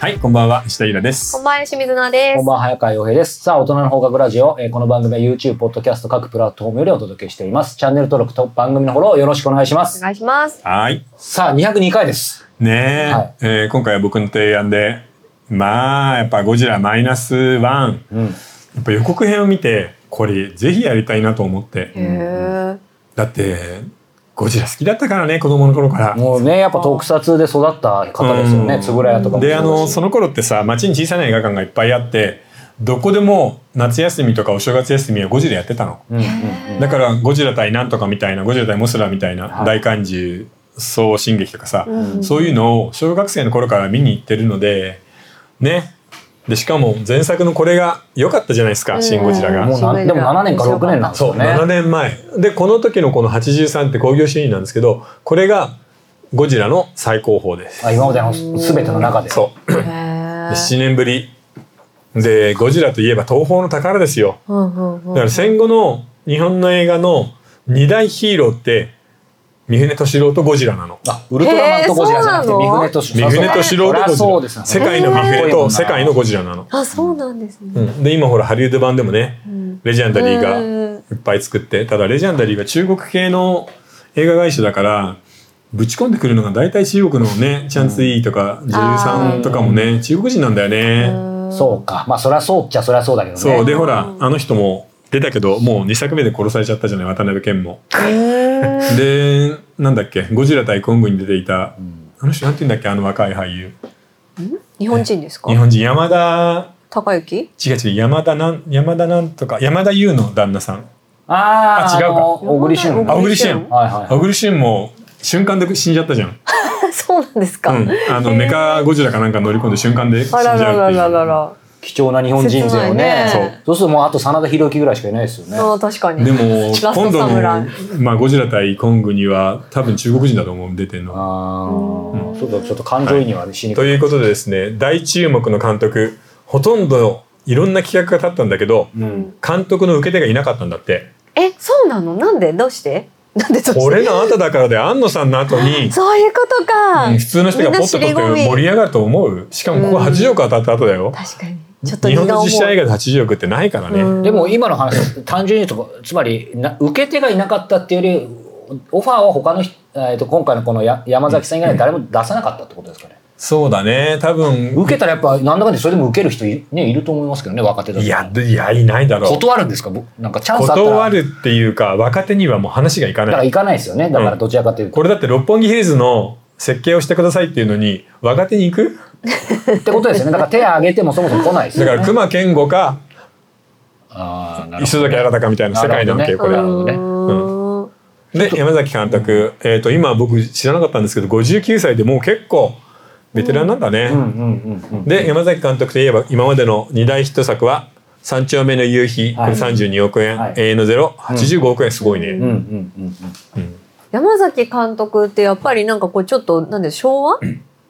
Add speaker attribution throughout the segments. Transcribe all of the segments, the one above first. Speaker 1: はい、こんばんは、石田ゆらで
Speaker 2: こ
Speaker 1: す
Speaker 2: ん。ばんは、清水菜で
Speaker 3: こん
Speaker 2: す。
Speaker 3: ばんは、早川洋平です。さあ、大人の放課後ラジオ、えーこの番組は YouTube、Podcast、各プラットフォームよりお届けしています。チャンネル登録と番組のフォローよろしくお願いしま
Speaker 2: お
Speaker 3: す。
Speaker 2: 願いします。
Speaker 1: はい。
Speaker 3: さあ、202回です。
Speaker 1: ねえ、
Speaker 3: はい
Speaker 1: えー今回は僕の提案で、まあ、やっぱゴジラマイナスワン、
Speaker 3: うん。
Speaker 1: やっぱ予告編を見て、これぜひやりたいなと思って。
Speaker 2: へえ。
Speaker 1: だって、ゴジラ好きだったからね、子供の頃から。
Speaker 3: もうね、やっぱ特撮で育った方ですよ
Speaker 1: う
Speaker 3: ね。
Speaker 1: ん
Speaker 3: 円谷とかも
Speaker 1: であの
Speaker 3: そ
Speaker 1: そうの頃ってさ街に小さな映画館がいっぱいあってどこでも夏休みとかお正月休みはゴジラやってたの
Speaker 3: だしうん
Speaker 2: へ
Speaker 1: だからゴジラ対なんとかみたいなゴジラ対モスラみたいな
Speaker 3: はい
Speaker 1: 大漢獣総進撃とかさ、
Speaker 2: うん
Speaker 1: そういうのを小学生の頃から見に行ってるのでねでしかも前作のこれが良かったじゃないです
Speaker 2: う
Speaker 1: か「
Speaker 2: ん
Speaker 1: シン・ゴジラ
Speaker 3: う
Speaker 1: が」
Speaker 3: ん。もうなんでも7年か6年なんです
Speaker 1: そう
Speaker 3: よね。
Speaker 1: 7年前でこの時のこの83って興行収入なんですけどこれがゴジラの最高峰です
Speaker 3: あ今までの全ての中で。
Speaker 1: そう
Speaker 2: へ
Speaker 1: で
Speaker 2: え。
Speaker 1: 7年ぶりでゴジラといえば東宝の宝ですよ
Speaker 2: うんうんう
Speaker 1: だ
Speaker 2: ん。
Speaker 1: から戦後の日本の映画の二大ヒーローって三船敏郎とゴジラなの
Speaker 3: あ、ウルトラマンとゴジラじゃなく
Speaker 2: へ
Speaker 3: て、
Speaker 2: ーそう
Speaker 3: 三
Speaker 2: な
Speaker 1: 三
Speaker 2: の
Speaker 3: 船敏
Speaker 1: 船
Speaker 3: と
Speaker 1: 敏郎とゴジ
Speaker 3: そう
Speaker 1: ラ
Speaker 3: ですね。
Speaker 1: 世界の三船と世界の
Speaker 3: ゴ
Speaker 1: ゴジラなの、
Speaker 2: あ、そうなんです
Speaker 1: う
Speaker 2: ね。
Speaker 1: ん、で今ほらハリウッド版でもね
Speaker 2: うん
Speaker 1: レジェンダリーが
Speaker 2: うん
Speaker 1: いっぱい作ってただレジェンダリーは中国系の映画会社だからぶち込んでくるのが大体中国のねチャンスイーとか女優さんとかもね中国人なんだよね、
Speaker 2: うん
Speaker 3: そうか。まあ、そりゃそうっちゃそりゃそうだけどね。
Speaker 1: そうで
Speaker 2: ね
Speaker 1: ほらあの人も出たけどもう2作目で殺されちゃったじゃない渡辺謙も。
Speaker 2: へえ。
Speaker 1: でなんだっけ「ゴジラ対コング」に出ていた
Speaker 3: うん
Speaker 1: あの人なんて言うんだっけあの若い俳優
Speaker 2: 日本人ですか
Speaker 1: 日。本人山田
Speaker 2: 高雪。
Speaker 1: 違う違う山田なん山田なんとか山田優の旦那さん
Speaker 3: あー
Speaker 1: あ違うか
Speaker 3: あの小栗旬。
Speaker 1: あ小栗旬
Speaker 2: あ
Speaker 3: はいはいはい
Speaker 1: 小栗旬も瞬間で死んじゃったじゃん、
Speaker 2: そうなんです
Speaker 1: う
Speaker 2: か。
Speaker 1: ん、あのメカゴジラかなんか乗り込んで瞬間で死んじ
Speaker 2: あ
Speaker 1: ゃ
Speaker 2: ら
Speaker 1: うって
Speaker 2: らら
Speaker 1: い
Speaker 2: らら
Speaker 1: う
Speaker 2: ら。
Speaker 3: 貴重な日本人勢をね
Speaker 2: 切ない
Speaker 1: ね
Speaker 3: そうするともうあと真田広之ぐらいしかいないですよね
Speaker 2: あー、確かに。
Speaker 1: でも
Speaker 2: ラス
Speaker 1: 今
Speaker 2: ト
Speaker 1: 度
Speaker 2: サムラ
Speaker 1: の
Speaker 2: イ。、
Speaker 1: まあ、ゴジラ対コングには多分中国人だと思う出てんの
Speaker 3: あ
Speaker 2: うん
Speaker 3: ーちょっとちょっと感情移入はしにく
Speaker 1: と
Speaker 3: い、
Speaker 1: いうことでですね大注目の監督ほとんどいろんな企画が立ったんだけど
Speaker 3: うん
Speaker 1: 監督の受け手がいなかったんだって
Speaker 2: え、そうなの？なんで？どうして？なんでどうして？
Speaker 1: 俺の後だからで庵野さんの後に
Speaker 2: そういうことか。
Speaker 1: うん普通の人がポッと取
Speaker 2: み
Speaker 1: っ
Speaker 2: んな
Speaker 1: て
Speaker 2: 尻込み
Speaker 1: 盛り上がると思うしかもここ
Speaker 2: うん
Speaker 1: 80億当たった後だよ
Speaker 2: 確かに。ちょっと
Speaker 1: 日本の
Speaker 2: 重
Speaker 1: 実写映画で80億ってないからね、
Speaker 2: うん
Speaker 3: でも今の話単純に言うとつまりな受け手がいなかったっていうよりオファーは他の人、えー、と今回のこのや山崎さん以外に誰も出さなかったってことですかね、
Speaker 1: そうだね多分
Speaker 3: 受けたらやっぱなんだかんだそれでも受ける人い,、ね、いると思いますけどね若手だと
Speaker 1: いやいやいないだろう
Speaker 3: 断るんですかぼなんかチャンスあったら
Speaker 1: 断るっていうか若手にはもう話がいか
Speaker 3: だか
Speaker 1: な
Speaker 3: ら
Speaker 1: い
Speaker 3: 行かないですよねだからどちらかというと、
Speaker 1: これだって六本木ヒルズの設計をしてくださいっていうのに若手に行く
Speaker 3: ってことですよねだから手を挙げてもそもそも来ないです
Speaker 1: だ
Speaker 3: よね
Speaker 1: から熊健吾か
Speaker 3: あーなるほ
Speaker 1: 磯
Speaker 3: ど
Speaker 1: 崎新かみたいな世界なわけよこれ
Speaker 3: な
Speaker 1: は
Speaker 3: るほどね
Speaker 2: うん
Speaker 1: で山崎監督、えー、と今僕知らなかったんですけど59歳でもう結構ベテランなんだね、
Speaker 3: うんうんうんうん
Speaker 1: で山崎監督といえば今までの2大ヒット作は「三丁目の夕日」こ
Speaker 3: はい
Speaker 1: れ32億円、
Speaker 3: はい
Speaker 1: 永遠のゼロ85億円すごいね、
Speaker 2: う
Speaker 3: うんうんうんうん
Speaker 1: うん
Speaker 2: 山崎監督ってやっぱりなんかこうちょっとなんで昭和っ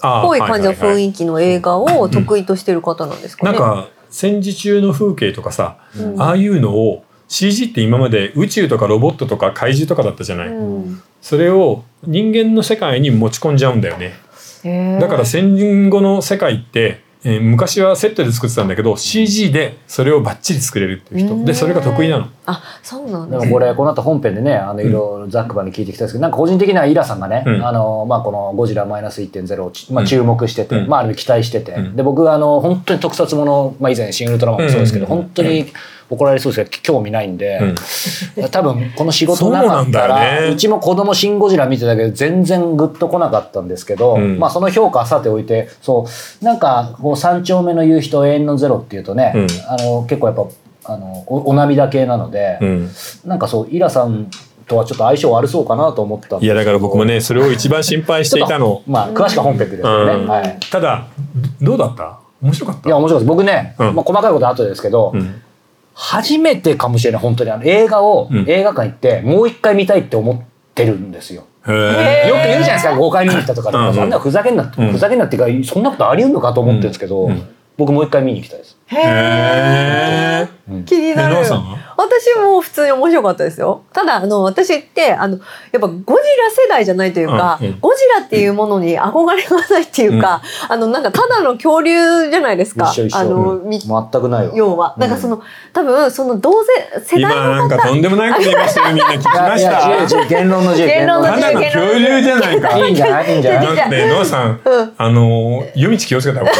Speaker 1: あー
Speaker 2: ぽい感じの
Speaker 1: は
Speaker 2: 雰
Speaker 1: いはい
Speaker 2: 囲気の映画を得意としてる方なんですか
Speaker 1: はい
Speaker 2: ね。
Speaker 1: なんか戦時中の風景とかさ、
Speaker 2: うん
Speaker 1: ああいうのを CG って今まで宇宙とかロボットとか怪獣とかだったじゃない、
Speaker 2: うん
Speaker 1: それを人間の世界に持ち込んじゃうんだよね
Speaker 2: へー
Speaker 1: だから戦後の世界って、えー昔はセットで作ってたんだけど CG でそれをバッチリ作れるっていう
Speaker 2: う
Speaker 1: 人
Speaker 2: ん
Speaker 1: でそれが得意なの
Speaker 2: あそうなん
Speaker 3: で
Speaker 2: で
Speaker 3: も
Speaker 2: すね。
Speaker 3: これこの後本編でねあのいろいろざっくばらんに聞いてきたんですけどなんか個人的にはイラさんがね、
Speaker 1: うん
Speaker 3: あのまあ、この「ゴジラマイナス1.0」をち、ま
Speaker 1: う
Speaker 3: あ、
Speaker 1: ん
Speaker 3: 注目してて、
Speaker 1: うん
Speaker 3: まあ、ある意味期待してて、
Speaker 1: うん
Speaker 3: で僕あの本当に特撮もの、まあ、以前「シン・ウルトラマン」もそうですけど、
Speaker 1: うんうんうん
Speaker 3: 本当に怒られそうですけど興味ないんで、多分この仕事なかった
Speaker 1: そうなんだ
Speaker 3: ら
Speaker 1: よ
Speaker 3: う,、
Speaker 1: ね
Speaker 3: ちも子供シン・ゴジラ」見てたけど全然グッと来なかったんですけど、
Speaker 1: うん
Speaker 3: まあ、その評価はさておいてそうなんかこう「三丁目の夕日」と「永遠のゼロ」っていうとね、
Speaker 1: うん
Speaker 3: あの結構やっぱあのおお涙系なので。
Speaker 1: うん、うん
Speaker 3: なんかそう、イラさんとはちょっと相性悪そうかなと思ったんです
Speaker 1: い
Speaker 3: けど。
Speaker 1: やだから僕もねそれを一番心配していたの
Speaker 3: まあ、詳しくは本編でですよね。
Speaker 1: うん
Speaker 3: はい。
Speaker 1: ただどうだった面白かっ
Speaker 3: い
Speaker 1: た
Speaker 3: や、面白いです。僕ね、
Speaker 1: うん
Speaker 3: まあ、細かいことは後ですけど、
Speaker 1: うん
Speaker 3: 初めてかもしれない、本当に。あの、映画を、
Speaker 1: うん
Speaker 3: 映画館行って、もう一回見たいって思ってるんですよ。
Speaker 1: へ
Speaker 2: へ
Speaker 1: え
Speaker 2: ー
Speaker 3: よく言うじゃないですか、5回見に行ったとかで、
Speaker 1: うんうん
Speaker 3: そんなふざけんな、
Speaker 1: うん
Speaker 3: ふざけんなっていうか、そんなことあり得んのかと思ってるんですけど、
Speaker 1: うんうん
Speaker 3: 僕もう一回見に行きたいです。
Speaker 2: へー
Speaker 1: へえ
Speaker 2: 気になる。
Speaker 1: 奈緒さんは
Speaker 2: 私も普通に面白かったですよ。ただ、あの、私って、あの、やっぱゴジラ世代じゃないというか、
Speaker 1: うんうん
Speaker 2: ゴジラっていうものに憧れがないっていうか、あの、なんかただの恐竜じゃないですか。
Speaker 3: 一緒一緒
Speaker 2: あの、み
Speaker 3: 全くないわ。
Speaker 2: 要は。なんかその、多分、その、同世、世
Speaker 1: 今
Speaker 2: 代の
Speaker 1: なんかとんでもないこと言いましたよみんな聞き
Speaker 3: いや
Speaker 1: ま
Speaker 3: い
Speaker 1: し
Speaker 3: や、
Speaker 1: た
Speaker 3: 自由自由言論の自由。
Speaker 2: 言論の
Speaker 1: た
Speaker 2: 自
Speaker 1: だ
Speaker 2: 由
Speaker 1: の恐竜じゃないか
Speaker 3: いいんじゃないいいんじゃない
Speaker 1: だってノアさん
Speaker 2: うん
Speaker 1: あの夜道気をつけた方がいい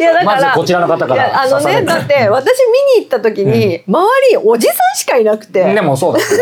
Speaker 2: いや、だか
Speaker 3: まず
Speaker 2: ら、
Speaker 3: こちらの方か
Speaker 2: いや、
Speaker 3: ら
Speaker 2: あの
Speaker 3: 刺され
Speaker 2: ね、
Speaker 3: て。
Speaker 2: だって、私見に行った時に、周り、おじさんしかいなくて。
Speaker 3: でもそうだけど。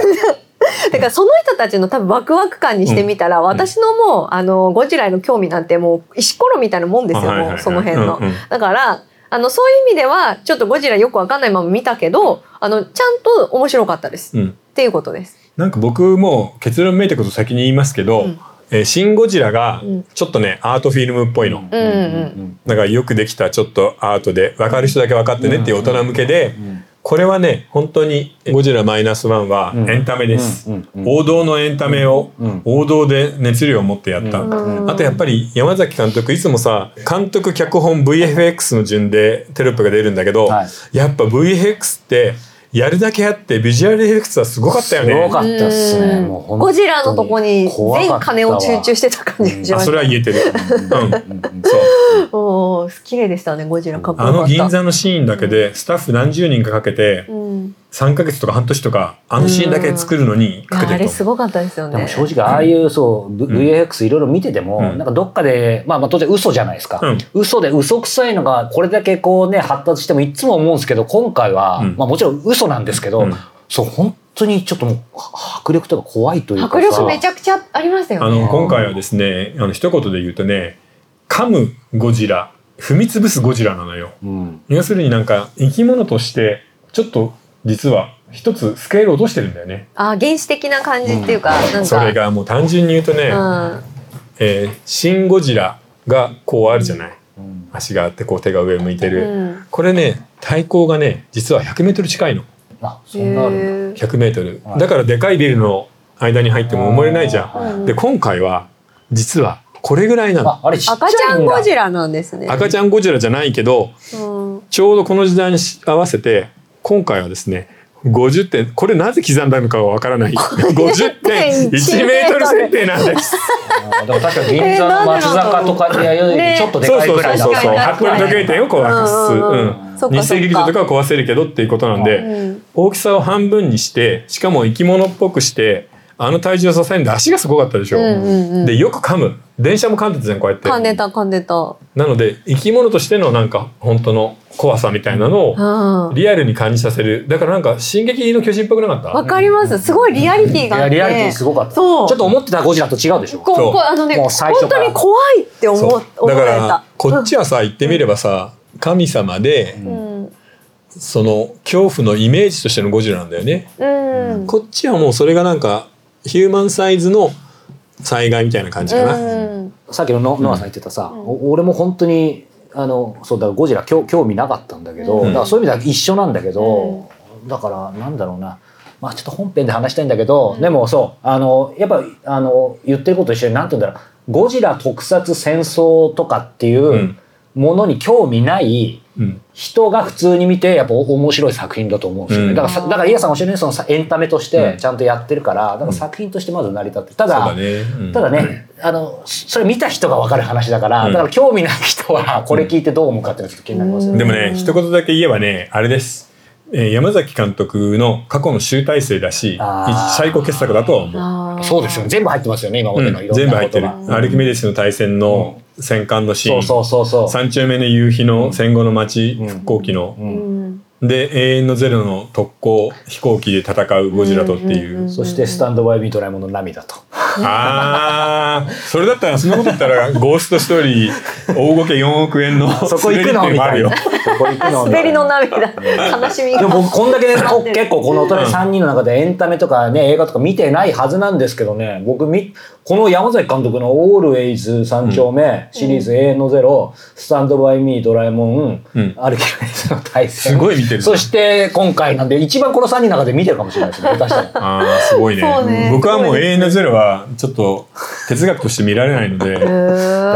Speaker 2: だからその人たちの多分ワクワク感にしてみたら、私のもうあのゴジラへの興味なんてもう石ころみたいなもんです
Speaker 1: は
Speaker 2: よ、
Speaker 1: いはいはい
Speaker 2: もうその辺の。
Speaker 1: うんうん
Speaker 2: だからあのそういう意味ではちょっとゴジラよくわかんないまま見たけどあのちゃんと面白かったです、
Speaker 1: うん
Speaker 2: っていうことです。
Speaker 1: なんか僕も結論めいたこと先に言いますけど、
Speaker 2: うん
Speaker 1: えーシン・ゴジラが
Speaker 2: うん
Speaker 1: ちょっとね、アートフィルムっぽいの。
Speaker 2: うんうん
Speaker 1: なんかよくできたちょっとアートで分かる人だけ分かってねっていう大人向けで
Speaker 3: ん
Speaker 1: これはね本当に「ゴジラマイナスワンは
Speaker 3: うん
Speaker 1: エンタメです
Speaker 3: うんうん
Speaker 1: 王道のエンタメを
Speaker 3: うん
Speaker 1: 王道で熱量を持ってやった
Speaker 2: うん
Speaker 1: あとやっぱり山崎監督いつもさ監督脚本 VFX の順でテロップが出るんだけど
Speaker 3: はい
Speaker 1: やっぱ VFX ってやるだけあってビジュアルエフェクツはすごかったよね。
Speaker 3: すごかったっすね。もう本当に
Speaker 2: ゴジラのとこに
Speaker 3: 怖か
Speaker 2: 全
Speaker 3: ったわ
Speaker 2: 金を集中してた感じがし
Speaker 1: あ
Speaker 2: まし
Speaker 1: それは
Speaker 2: た。
Speaker 1: 言え てる。うん
Speaker 3: うんうん
Speaker 1: そう
Speaker 2: おー綺麗でしたねゴジラかっこよ
Speaker 1: あ
Speaker 2: かった。
Speaker 1: の銀座のシーンだけでスタッフ何十人かかけて
Speaker 2: うん、
Speaker 1: 3ヶ月とか半年とかあのシーンだけ作るのにかけ
Speaker 2: いや
Speaker 1: て
Speaker 2: あ
Speaker 1: る
Speaker 2: れ
Speaker 1: と
Speaker 2: すごかったですよ
Speaker 3: で
Speaker 2: ね。
Speaker 3: も正直ああいうそう、V- VFX いろいろ見てても、
Speaker 1: うん
Speaker 3: なんかどっかで、まあまあ当然嘘じゃないですか。
Speaker 1: うん
Speaker 3: 嘘で嘘くさいのがこれだけこうね、発達してもいつも思うんですけど、今回は、
Speaker 1: うん
Speaker 3: まあもちろん嘘なんですけど、
Speaker 1: うん
Speaker 3: そう、本当にちょっともうは迫力とか怖いというかさ。
Speaker 2: 迫力めちゃくちゃありましたよ
Speaker 1: あ
Speaker 2: ね。
Speaker 1: の今回はですねあの一言で言うとね噛むゴジラ踏み潰すゴジラなのよ
Speaker 3: うん。
Speaker 1: 要するになんか生き物としてちょっと実は一つスケールを落としてるんだよね
Speaker 2: あ原始的な感じっていうか、なんか
Speaker 1: それがもう単純に言うとね、
Speaker 2: うん
Speaker 1: えーシン・ゴジラがこうあるじゃない足があってこう手が上向いてる、
Speaker 2: うん
Speaker 1: これね体高がね実は 100m 近いの
Speaker 3: あ、そんなあるんだ。
Speaker 2: へー
Speaker 1: 100m
Speaker 3: はい
Speaker 1: だからでかいビルの間に入っても埋もれないじゃ
Speaker 2: うん
Speaker 1: んで今回は実はこれぐらいなの
Speaker 3: あ、あれちっちゃいんだ
Speaker 2: 赤ちゃんゴジラなんですね。
Speaker 1: 赤ちゃんゴジラじゃないけど
Speaker 2: うん
Speaker 1: ちょうどこの時代に合わせて今回はですね50点これなぜ刻んだのかはわからない50.1メ
Speaker 2: 50.1
Speaker 1: ートル設定なんです
Speaker 3: あでも確かに銀座の松坂とかにはよりちょっとで
Speaker 1: そう
Speaker 3: かい
Speaker 1: そう
Speaker 3: ぐら
Speaker 1: そう
Speaker 3: いだ
Speaker 1: そう
Speaker 3: った
Speaker 1: そう
Speaker 2: 確かに
Speaker 1: 箱の時計店をこうなくす、
Speaker 2: うんうんうんそっかそっ
Speaker 1: うん、日生
Speaker 2: か
Speaker 1: 劇場とかは壊せるけどっていうことなんで、
Speaker 2: うん
Speaker 1: 大きさを半分にしてしかも生き物っぽくしてあの体重を支えるんで足がすごかったでしょ、
Speaker 2: うんうんうん
Speaker 1: でよく噛む電車も噛んでたじゃんこうやって
Speaker 2: 噛んでた噛んでた。う
Speaker 1: なので生き物としてのなんか本当の怖さみたいなのを
Speaker 2: ん。
Speaker 1: リアルに感じさせるだからなんか「進撃の巨人」っぽくなかった
Speaker 2: わかります。すごいリアリティ
Speaker 3: い
Speaker 2: があ
Speaker 3: や
Speaker 2: って。
Speaker 3: リアリティすごかったち
Speaker 2: そ
Speaker 3: ょ
Speaker 2: う
Speaker 3: っと思ってたゴジラと違うでしょ
Speaker 2: こ
Speaker 1: そう
Speaker 2: こうあのね
Speaker 3: もう
Speaker 2: 本
Speaker 3: 最初から
Speaker 2: 当に怖いって思
Speaker 1: そ
Speaker 2: 思
Speaker 1: うだ
Speaker 2: わ
Speaker 1: か
Speaker 2: れた
Speaker 1: ら。こっちはさ言ってみればさ神様で
Speaker 2: うんうん
Speaker 1: その恐怖のイメージとしてのゴジラなんだよね
Speaker 2: うん
Speaker 1: こっちはもうそれがなんかヒューマンサイズの災害みたいな感じかな、
Speaker 2: うん
Speaker 3: さっきのノノアさん言ってたさ、お俺も本当にあのそうだからゴジラ興興味なかったんだけど、
Speaker 1: うん
Speaker 3: だからそういう意味では一緒なんだけど、だからなんだろうなまあちょっと本編で話したいんだけど、でもそうあのやっぱあの言ってることと一緒になんて言うんだろうゴジラ特撮戦争とかっていううんものに興味ない、
Speaker 1: うん
Speaker 3: 人が普通に見てやっぱ面白い作品だと思うんですよね、
Speaker 1: うん
Speaker 3: だからさだからイヤさんおっしゃるようにそのさエンタメとして
Speaker 1: うん
Speaker 3: ちゃんとやってるから、だから作品としてまず成り立ってるた
Speaker 1: そう
Speaker 3: だ
Speaker 1: だね、うん
Speaker 3: ただね、あのそれ見た人が分かる話だから、
Speaker 1: うん
Speaker 3: だから興味ない人はこれ聞いてどう思うかっていうのはちょっと気になりますよね、
Speaker 1: でもね一言だけ言えばねあれです、えー山崎監督の過去の集大成だし
Speaker 3: あー
Speaker 1: 最高傑作だとは思う
Speaker 2: あー
Speaker 3: そうですよね全部入ってますよね今ま
Speaker 1: う
Speaker 3: で
Speaker 1: ん
Speaker 3: のいろ
Speaker 1: 全
Speaker 3: ん
Speaker 1: 部
Speaker 3: な
Speaker 1: 入
Speaker 3: こ
Speaker 1: って
Speaker 3: と
Speaker 1: る
Speaker 3: が、
Speaker 1: アルキメデスの対戦の戦艦のシー
Speaker 3: そ
Speaker 1: ン、
Speaker 3: うそうそうそう
Speaker 1: 三丁目の夕日の戦後の街、
Speaker 3: うん
Speaker 1: 復興期の、
Speaker 3: う
Speaker 2: うんん
Speaker 1: で永遠のゼロの特攻飛行機で戦うゴジラとっていう、
Speaker 2: うんうんうん
Speaker 3: そして「スタンド・バイ・ミー・ドラえもん」の涙と
Speaker 1: ああそれだったらそんなこと言った らゴーストストーリー大ごけ4億円の
Speaker 3: そこ行く の
Speaker 1: 滑りっていう
Speaker 3: み
Speaker 1: もあ
Speaker 3: た
Speaker 1: る
Speaker 3: い
Speaker 1: よ
Speaker 3: なそこ行くのみた
Speaker 2: 滑り
Speaker 3: い
Speaker 2: の
Speaker 3: な
Speaker 2: 涙悲しみ
Speaker 3: で
Speaker 2: が。
Speaker 3: も僕こんだけねこ
Speaker 2: うん
Speaker 3: 結構この大人3人の中でエンタメとかね映画とか見てないはずなんですけどね僕みこの山崎監督の「オールウェイズ三丁目」シリーズ「永遠のゼロ」スタンド・バイ・ミー・ドラえもん」
Speaker 1: うん
Speaker 3: アルキメデスの対戦
Speaker 1: すごい見てるな
Speaker 3: そして今回なんで一番この3人の中で見てるかもしれないですね下手したら
Speaker 1: あーすごいね
Speaker 2: そうね
Speaker 1: 僕はもう永遠のゼロはちょっと哲学として見られないので、
Speaker 2: へ
Speaker 3: だから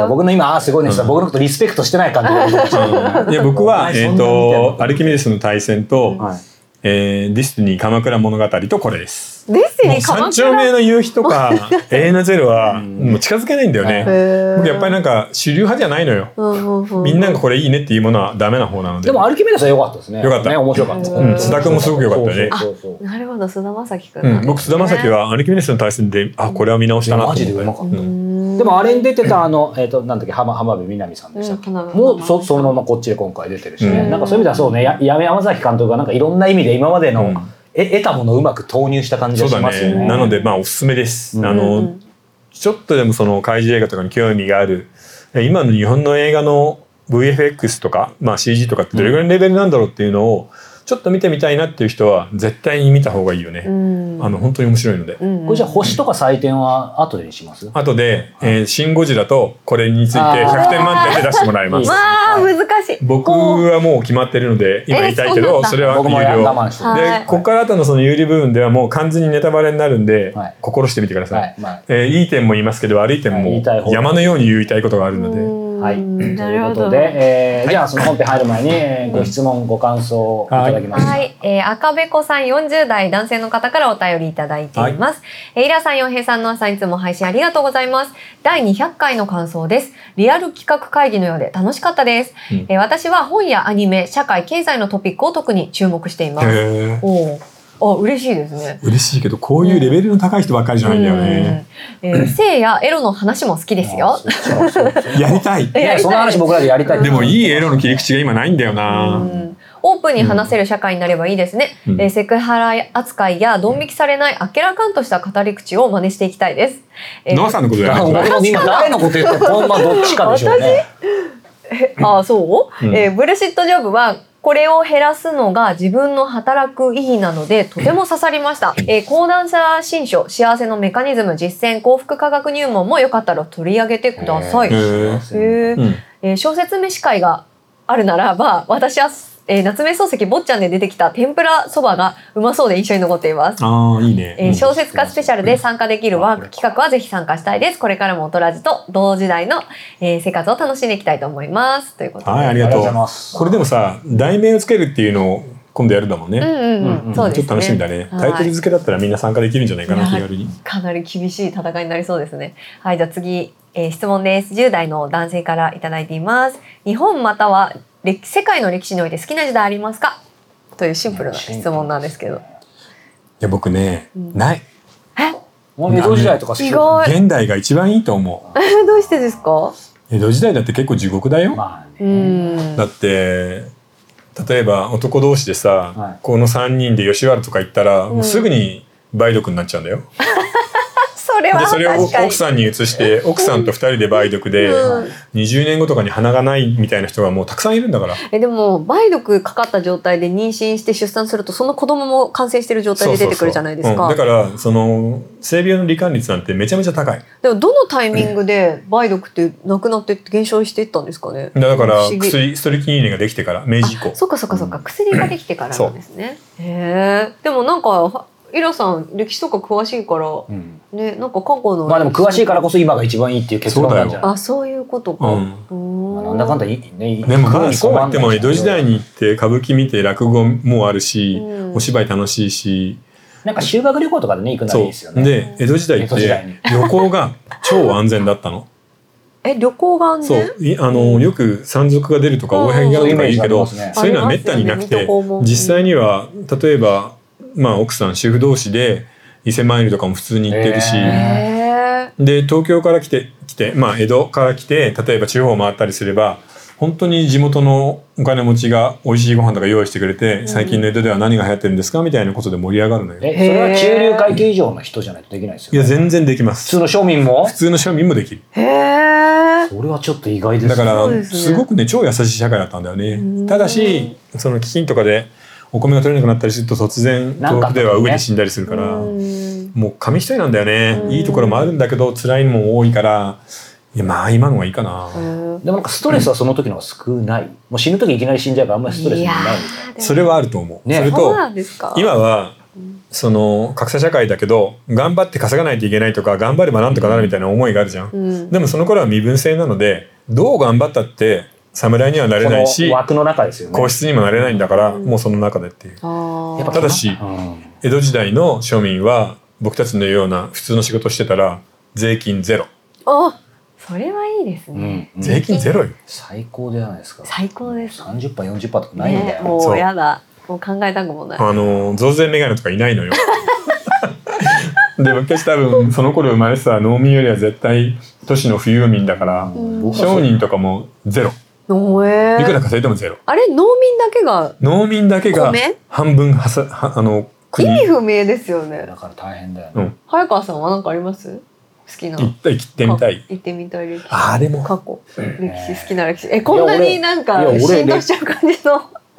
Speaker 2: ー
Speaker 3: 僕の今ああすごいね、僕のことリスペクトしてない感じが出てきましたけどね
Speaker 1: いや僕は、え
Speaker 3: そ
Speaker 1: ー、
Speaker 3: んなみたいな
Speaker 1: とアルキメデスの対戦と、
Speaker 3: はい
Speaker 1: ええーディスティニー鎌倉物語とこれです。
Speaker 2: ですよ
Speaker 1: も
Speaker 2: ね
Speaker 1: う
Speaker 2: 鎌
Speaker 1: 三丁目
Speaker 2: 倉
Speaker 1: の夕日とか永遠のゼロはもう近づけないんだよね。僕やっぱり
Speaker 2: な
Speaker 1: なんか主流派じゃないのよ。みんながこれいいねっていうものはダメな方なので。
Speaker 3: でもアルキメデスは良かったですね。
Speaker 1: 良かった
Speaker 3: ね、面白かった。
Speaker 2: うん
Speaker 3: 本当に
Speaker 2: 須田
Speaker 1: 君もすごく良かったよね
Speaker 3: そうそうそう
Speaker 2: なるほど菅田将暉君
Speaker 1: う
Speaker 2: なん
Speaker 1: ん、
Speaker 2: ですね
Speaker 1: 僕菅田将暉はアルキメデスの対戦であこれは見直し
Speaker 3: いや
Speaker 1: たなと
Speaker 3: マ
Speaker 1: 思
Speaker 3: ジ
Speaker 1: っ
Speaker 3: で
Speaker 1: て
Speaker 3: うまか
Speaker 2: う
Speaker 3: った。
Speaker 2: ん
Speaker 3: でもあれに出てたあの、えっ、と、なんだっけ、浜浜辺美波さんでしたっけ、
Speaker 2: うん浜辺
Speaker 3: も
Speaker 2: 美波
Speaker 3: うそそのままこっちで今回出てるしね、
Speaker 1: うん
Speaker 3: なんかそういう意味ではそうね、ややめ山崎監督がなんかいろんな意味で今までの、
Speaker 1: うん
Speaker 3: え得たものをうまく投入した感じ
Speaker 1: そ
Speaker 3: が
Speaker 1: う
Speaker 3: し
Speaker 1: だ
Speaker 3: ますよ
Speaker 1: ね
Speaker 3: ね。
Speaker 1: なのでまあおすすめです、
Speaker 3: うん
Speaker 1: あ
Speaker 2: う
Speaker 1: の
Speaker 2: ん
Speaker 1: ちょっとでもその怪獣映画とかに興味があるえ今の日本の映画の VFX とか、まあ、CG とかってどれぐらいのレベルなんだろうっていうのをちょっと見てみたいなっていう人は絶対に見た方がいいよね、
Speaker 2: うん
Speaker 1: あの本当に面白いので、
Speaker 2: うん
Speaker 3: これじゃあ星とか採点は後でにします、
Speaker 1: 後で、えーシン・ゴジラ」とこれについて100点満点で出してもらいま
Speaker 3: い い
Speaker 1: す
Speaker 3: で
Speaker 2: まあ難しい
Speaker 1: 僕
Speaker 2: こう
Speaker 1: はもう決まってるので今言いたいけ
Speaker 2: えそうなん
Speaker 1: ど
Speaker 2: だ
Speaker 1: それは有
Speaker 3: 僕もや
Speaker 1: 料
Speaker 3: 我慢してる
Speaker 2: はい
Speaker 1: で、ここから後のその有利部分ではもう完全にネタバレになるんで、
Speaker 3: はい
Speaker 1: 心してみてください、
Speaker 3: はい、まあ、
Speaker 1: えーいい点も言いますけど悪い点
Speaker 3: はい言
Speaker 1: も
Speaker 3: いたい方
Speaker 1: 山のように言いたいことがあるので、
Speaker 2: うん
Speaker 3: はい、
Speaker 2: なるほ
Speaker 3: ということ
Speaker 2: ど
Speaker 3: で、えーじゃあその本編入る前に、えーご質問、ご感想をいただきました。
Speaker 2: はい、えー、赤べこさん40代男性の方からお便りいただいています。えーイラさん、洋平さん、ノアさん、いつも配信ありがとうございます。第200回の感想です。リアル企画会議のようで楽しかったです。
Speaker 1: うん
Speaker 2: えー私は本やアニメ、社会、経済のトピックを特に注目しています。
Speaker 1: へー
Speaker 2: おお、あ、嬉しいですね。
Speaker 1: 嬉しいけどこういうレベルの高い人ばっかりじゃないんだよね、
Speaker 2: うん。え ー性やエロの話も好きですよ。
Speaker 3: あーそうそうそう
Speaker 1: やりたい
Speaker 2: え
Speaker 3: いやその話僕らでやりたい
Speaker 1: でもいいエロの切り口が今ないんだよな、
Speaker 2: うんオープンに話せる社会になればいいですね、
Speaker 1: うん
Speaker 2: えーセクハラ扱いやドン引きされない明らかんとした語り口を真似していきたいです、えー
Speaker 1: ノアさんのことじゃな
Speaker 3: あ
Speaker 1: く
Speaker 3: 僕
Speaker 1: て
Speaker 3: も今誰のこと言ってるかほんまどっちかでしょうね。
Speaker 2: ああそう、
Speaker 1: うん
Speaker 2: えーブルシットジョブはこれを減らすのが自分の働く意義なのでとても刺さりました、えー講談社新書「幸せのメカニズム実践幸福科学入門」もよかったら取り上げてください、
Speaker 1: へ
Speaker 2: へ
Speaker 1: ー
Speaker 2: ー
Speaker 1: うん
Speaker 2: えー小説飯会があるならば私は、えー夏目漱石坊ちゃんで出てきた天ぷらそばがうまそうで印象に残っています。
Speaker 1: ああいいね、
Speaker 2: えー
Speaker 1: うん
Speaker 2: 小説家スペシャルで参加できるワーク企画はぜひ参加したいです。これからもおとらじと同時代の、えー生活を楽しんでいきたいと思います。ということで。
Speaker 1: はいあり
Speaker 3: あ
Speaker 1: が
Speaker 3: りがと
Speaker 1: とう
Speaker 3: うございます。
Speaker 1: これでもさ題名をつけるっていうのを今度やるんだもんね、
Speaker 2: うんうんうん。
Speaker 3: うん
Speaker 2: そうです
Speaker 1: ち
Speaker 2: ね。
Speaker 1: ょっと楽しみだね、タイトル付けだったらみんな参加できるんじゃないかな気軽に
Speaker 2: かなり厳しい戦いになりそうですね。はい、じゃあ次、えー質問です。10代の男性からいただいています。日本または歴世界の歴史において好きな時代ありますかというシンプルな質問なんですけど。
Speaker 1: いや僕ね、
Speaker 2: うん
Speaker 1: ない
Speaker 2: え、
Speaker 3: もう江戸時代とか好き
Speaker 2: 意
Speaker 3: だよね
Speaker 2: 外。
Speaker 1: 現代が一番いいと思う
Speaker 2: えどうしてですか
Speaker 1: 江戸時代だって結構地獄だよ、
Speaker 3: まあ
Speaker 2: う
Speaker 3: ね。
Speaker 2: ん。
Speaker 1: だって例えば男同士でさ、
Speaker 3: はい
Speaker 1: この3人で吉原とか行ったら、
Speaker 2: ん
Speaker 1: もうすぐに梅毒になっちゃうんだよ
Speaker 2: それは
Speaker 1: でそ
Speaker 2: 確
Speaker 1: れ
Speaker 2: か
Speaker 1: を
Speaker 2: に。
Speaker 1: 奥さんに移して奥さんと2人で梅毒で、
Speaker 2: うん
Speaker 1: 20年後とかに鼻がないみたいな人がもうたくさんいるんだから
Speaker 2: えでも梅毒かかった状態で妊娠して出産するとその子供も感染してる状態で出てくるじゃないです
Speaker 1: そう
Speaker 2: か
Speaker 1: そうそううんだからその性病の罹患率なんてめちゃめちゃ高い
Speaker 2: でもどのタイミングで梅毒ってなくなってって減少していったんですかね
Speaker 1: だから
Speaker 2: 不思議
Speaker 1: 薬ストリキニーネができてから明治以降
Speaker 2: あそっかそっかそっか、薬ができてからなんですね。へえ。でもなんかイラさん歴史とか詳しいから
Speaker 3: うん
Speaker 2: ねなんか過去の
Speaker 3: まあでも詳しいからこそ今が一番いいっていう結論なんじゃない。
Speaker 2: あそういうことか。
Speaker 1: う
Speaker 2: うんーん
Speaker 3: なんだかんだいいね。
Speaker 1: でもまだそうは言っても江戸時代
Speaker 3: に。
Speaker 1: に行って歌舞伎見て落語もあるし、
Speaker 2: うん
Speaker 1: お芝居楽しいし
Speaker 3: なんか修学旅行とかでね行くならいいですよね。
Speaker 1: で江戸時代
Speaker 3: 江
Speaker 1: って
Speaker 3: 戸時代に
Speaker 1: 旅行が超安全だったの
Speaker 2: え旅行がね。
Speaker 1: そういあのよく山賊が出るとか
Speaker 2: うん
Speaker 1: 大変がとか言うけど、
Speaker 3: そういうイメージありますね
Speaker 1: そういうのはめったになく
Speaker 2: ありますよね水
Speaker 1: て
Speaker 2: 戸黄門
Speaker 1: 実際には例えば、まあ、奥さん主婦同士で伊勢参りとかも普通に行ってるし。
Speaker 3: へー
Speaker 2: へえ。
Speaker 1: で東京から来て来て、まあ、江戸から来て例えば地方を回ったりすれば本当に地元のお金持ちが美味しいご飯とか用意してくれて、最近の江戸では何が流行ってるんですかみたいなことで盛り上がるのよ。
Speaker 3: えそれは中流階級以上の人じゃないとできないです
Speaker 1: い
Speaker 3: よ
Speaker 1: や
Speaker 3: ね。
Speaker 1: 全然できま
Speaker 3: 普通
Speaker 1: す。
Speaker 3: の庶民も
Speaker 1: 普。通の庶民もできる。
Speaker 2: へえ。
Speaker 3: それはちょっと意外です
Speaker 1: だ
Speaker 3: ね。
Speaker 1: から
Speaker 2: そうです
Speaker 1: す,、
Speaker 2: ね
Speaker 1: ごくね超優しい社会だったんだよ
Speaker 2: う
Speaker 1: ね
Speaker 2: ん。
Speaker 1: ただしその飢饉とかでお米が取れなくなったりすると突然
Speaker 3: なん
Speaker 1: 遠
Speaker 3: かあっ
Speaker 1: く
Speaker 3: た
Speaker 1: で
Speaker 3: よね
Speaker 1: は飢えて死んだりするから。
Speaker 2: うん
Speaker 1: もう紙一重なんだよ
Speaker 2: うん
Speaker 1: ね。いいところもあるんだけど辛いのも多いから、いやまあ今のがいいかな。
Speaker 2: へ
Speaker 3: でもなんかストレスはその時の方が少ない。もう死ぬ時いきなり死んじゃえばあんまりストレ
Speaker 2: え。
Speaker 3: ス
Speaker 2: い
Speaker 3: も
Speaker 2: や
Speaker 3: ないみたい
Speaker 2: ー。
Speaker 1: それはあると思う。
Speaker 3: ね
Speaker 1: それ
Speaker 2: でも
Speaker 1: と
Speaker 2: そうなんですか。
Speaker 1: 今はその格差社会だけど頑張って稼がないといけないとか頑張ればなんとかなるみたいな思いがあるじゃん、
Speaker 2: うん。
Speaker 1: でもその頃は身分制なのでどう頑張ったって侍にはなれないし
Speaker 3: この枠の中ですよね。
Speaker 1: 皇室にもなれないんだから、
Speaker 2: うん
Speaker 1: もうその中でっていう
Speaker 2: あ
Speaker 3: やっぱ
Speaker 1: ただし
Speaker 3: うん
Speaker 1: 江戸時代の庶民は僕たちのような普通の仕事してたら税金ゼロ
Speaker 2: あそれはいいです
Speaker 3: う
Speaker 2: ね
Speaker 3: ん、うん
Speaker 1: 税金ゼロよ、
Speaker 3: 最高じゃないですか。
Speaker 2: 最高です
Speaker 3: 三十パー、四十パーとかないんだ
Speaker 2: ね
Speaker 3: よ。
Speaker 2: も
Speaker 1: そうう
Speaker 2: やだもう考えたくもない
Speaker 1: あの増税メガネとかいないのよで僕たち多分その頃生まれてた農民よりは絶対都市の富裕民だから
Speaker 2: ん
Speaker 3: 僕はそう
Speaker 1: 商人とかもゼロ
Speaker 2: お
Speaker 1: いく
Speaker 2: え
Speaker 1: ら稼いでもゼロ
Speaker 2: あれ農民だけが
Speaker 1: 農民だけが
Speaker 2: 米
Speaker 1: 半分はさはあの
Speaker 2: 意
Speaker 1: 国
Speaker 2: 味不明ですよね
Speaker 3: だから大変だよね。
Speaker 1: うん
Speaker 2: 早川さんは何かあります好きな
Speaker 1: 行って切ってみたい
Speaker 2: 行ってみたい歴史
Speaker 1: あれも
Speaker 2: 過去歴史
Speaker 3: ね
Speaker 2: 好きな歴史えこんなになんか
Speaker 3: いや俺
Speaker 2: 浸透しちゃう感じの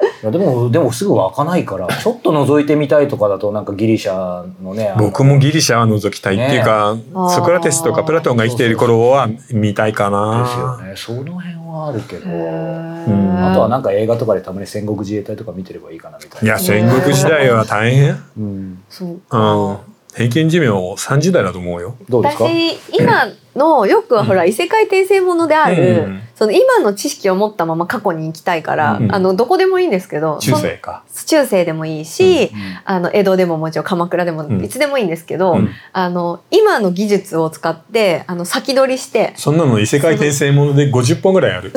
Speaker 3: いやでもでもすぐ湧かないからちょっと覗いてみたいとかだとなんかギリシャのねあの
Speaker 1: 僕もギリシャは覗きたいっていうか、
Speaker 2: あー
Speaker 1: ソクラテスとかプラトンが生きている頃は見たいか
Speaker 3: ですよ
Speaker 1: な、
Speaker 3: ねその辺はあるけど
Speaker 1: うん
Speaker 3: あとは
Speaker 2: な
Speaker 3: なんか映画とかでたまに戦国自衛隊とか見てればいいかなみたいない
Speaker 1: や戦国時代は大変、うん、
Speaker 3: うん、
Speaker 2: そう
Speaker 1: 平均寿命30代だと思うよ
Speaker 3: どうですか
Speaker 2: 私今のよくはほら異世界転生ものである、
Speaker 1: うん
Speaker 2: その今の知識を持ったまま過去に行きたいから、
Speaker 3: うん
Speaker 2: あのどこでもいいんですけど
Speaker 1: 中世か
Speaker 2: そ中世でもいいし、
Speaker 3: うん
Speaker 2: あの江戸でももちろん鎌倉でも
Speaker 1: ん
Speaker 2: いつでもいいんですけど、
Speaker 1: うん
Speaker 2: あの今の技術を使ってあの先取りして
Speaker 1: そんなの異世界転生もので50本ぐらいある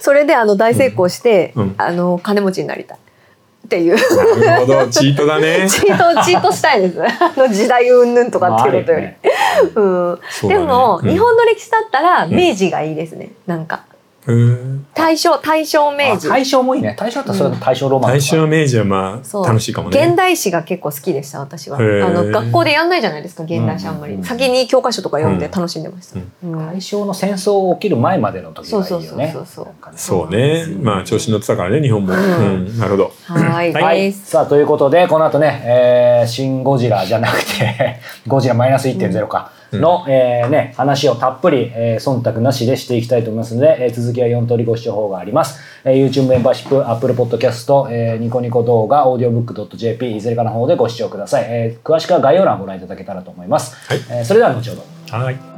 Speaker 2: それであの大成功して、
Speaker 1: うんうん
Speaker 2: あの金持ちになりたいっていうチ
Speaker 1: なるほどチートだ ね
Speaker 2: ートチートしたいですあの時代云々とかっていうことより。うん
Speaker 1: そうだね
Speaker 2: でも、
Speaker 1: うん
Speaker 2: 日本の歴史だったら
Speaker 1: ん
Speaker 2: 明治がいいですね、なんか
Speaker 1: うん
Speaker 2: 大正大正明
Speaker 3: あ
Speaker 2: 治、
Speaker 3: 大正もいいね大正だったらそれは大正ロマン
Speaker 1: 大
Speaker 3: とか、
Speaker 1: 正明治はまあ
Speaker 2: そう
Speaker 1: 楽しいかも
Speaker 2: 現
Speaker 1: ね
Speaker 2: 代史が結構好きでした私はあ
Speaker 1: へー
Speaker 2: の学校でやんないじゃないですか現代史あんまり、
Speaker 3: うんうんうん
Speaker 2: 先に教科書とか読んで楽しんでました、うん
Speaker 3: 大正の戦争起きる前までの時がいい
Speaker 2: そ
Speaker 3: よね
Speaker 2: うそうそうそう
Speaker 3: なんかね
Speaker 1: そうねまあ調子乗ってたからね日本も、
Speaker 2: うん
Speaker 1: うんなるほど
Speaker 2: はーい、
Speaker 3: は
Speaker 2: で
Speaker 3: い、
Speaker 2: す
Speaker 3: さあということでこの後ね、えーシン・ゴジラじゃなくて ゴジラマイナス1.0かの、えーね、話をたっぷり、えー忖度なしでしていきたいと思いますので、えー続きは4通りご視聴法があります、えー YouTube メンバーシップ Apple Podcast、えーニコニコ動画 audiobook.jp いずれかの方でご視聴ください、えー詳しくは概要欄をご覧いただけたらと思います、
Speaker 1: はい
Speaker 3: えーそれでは後ほど
Speaker 1: はい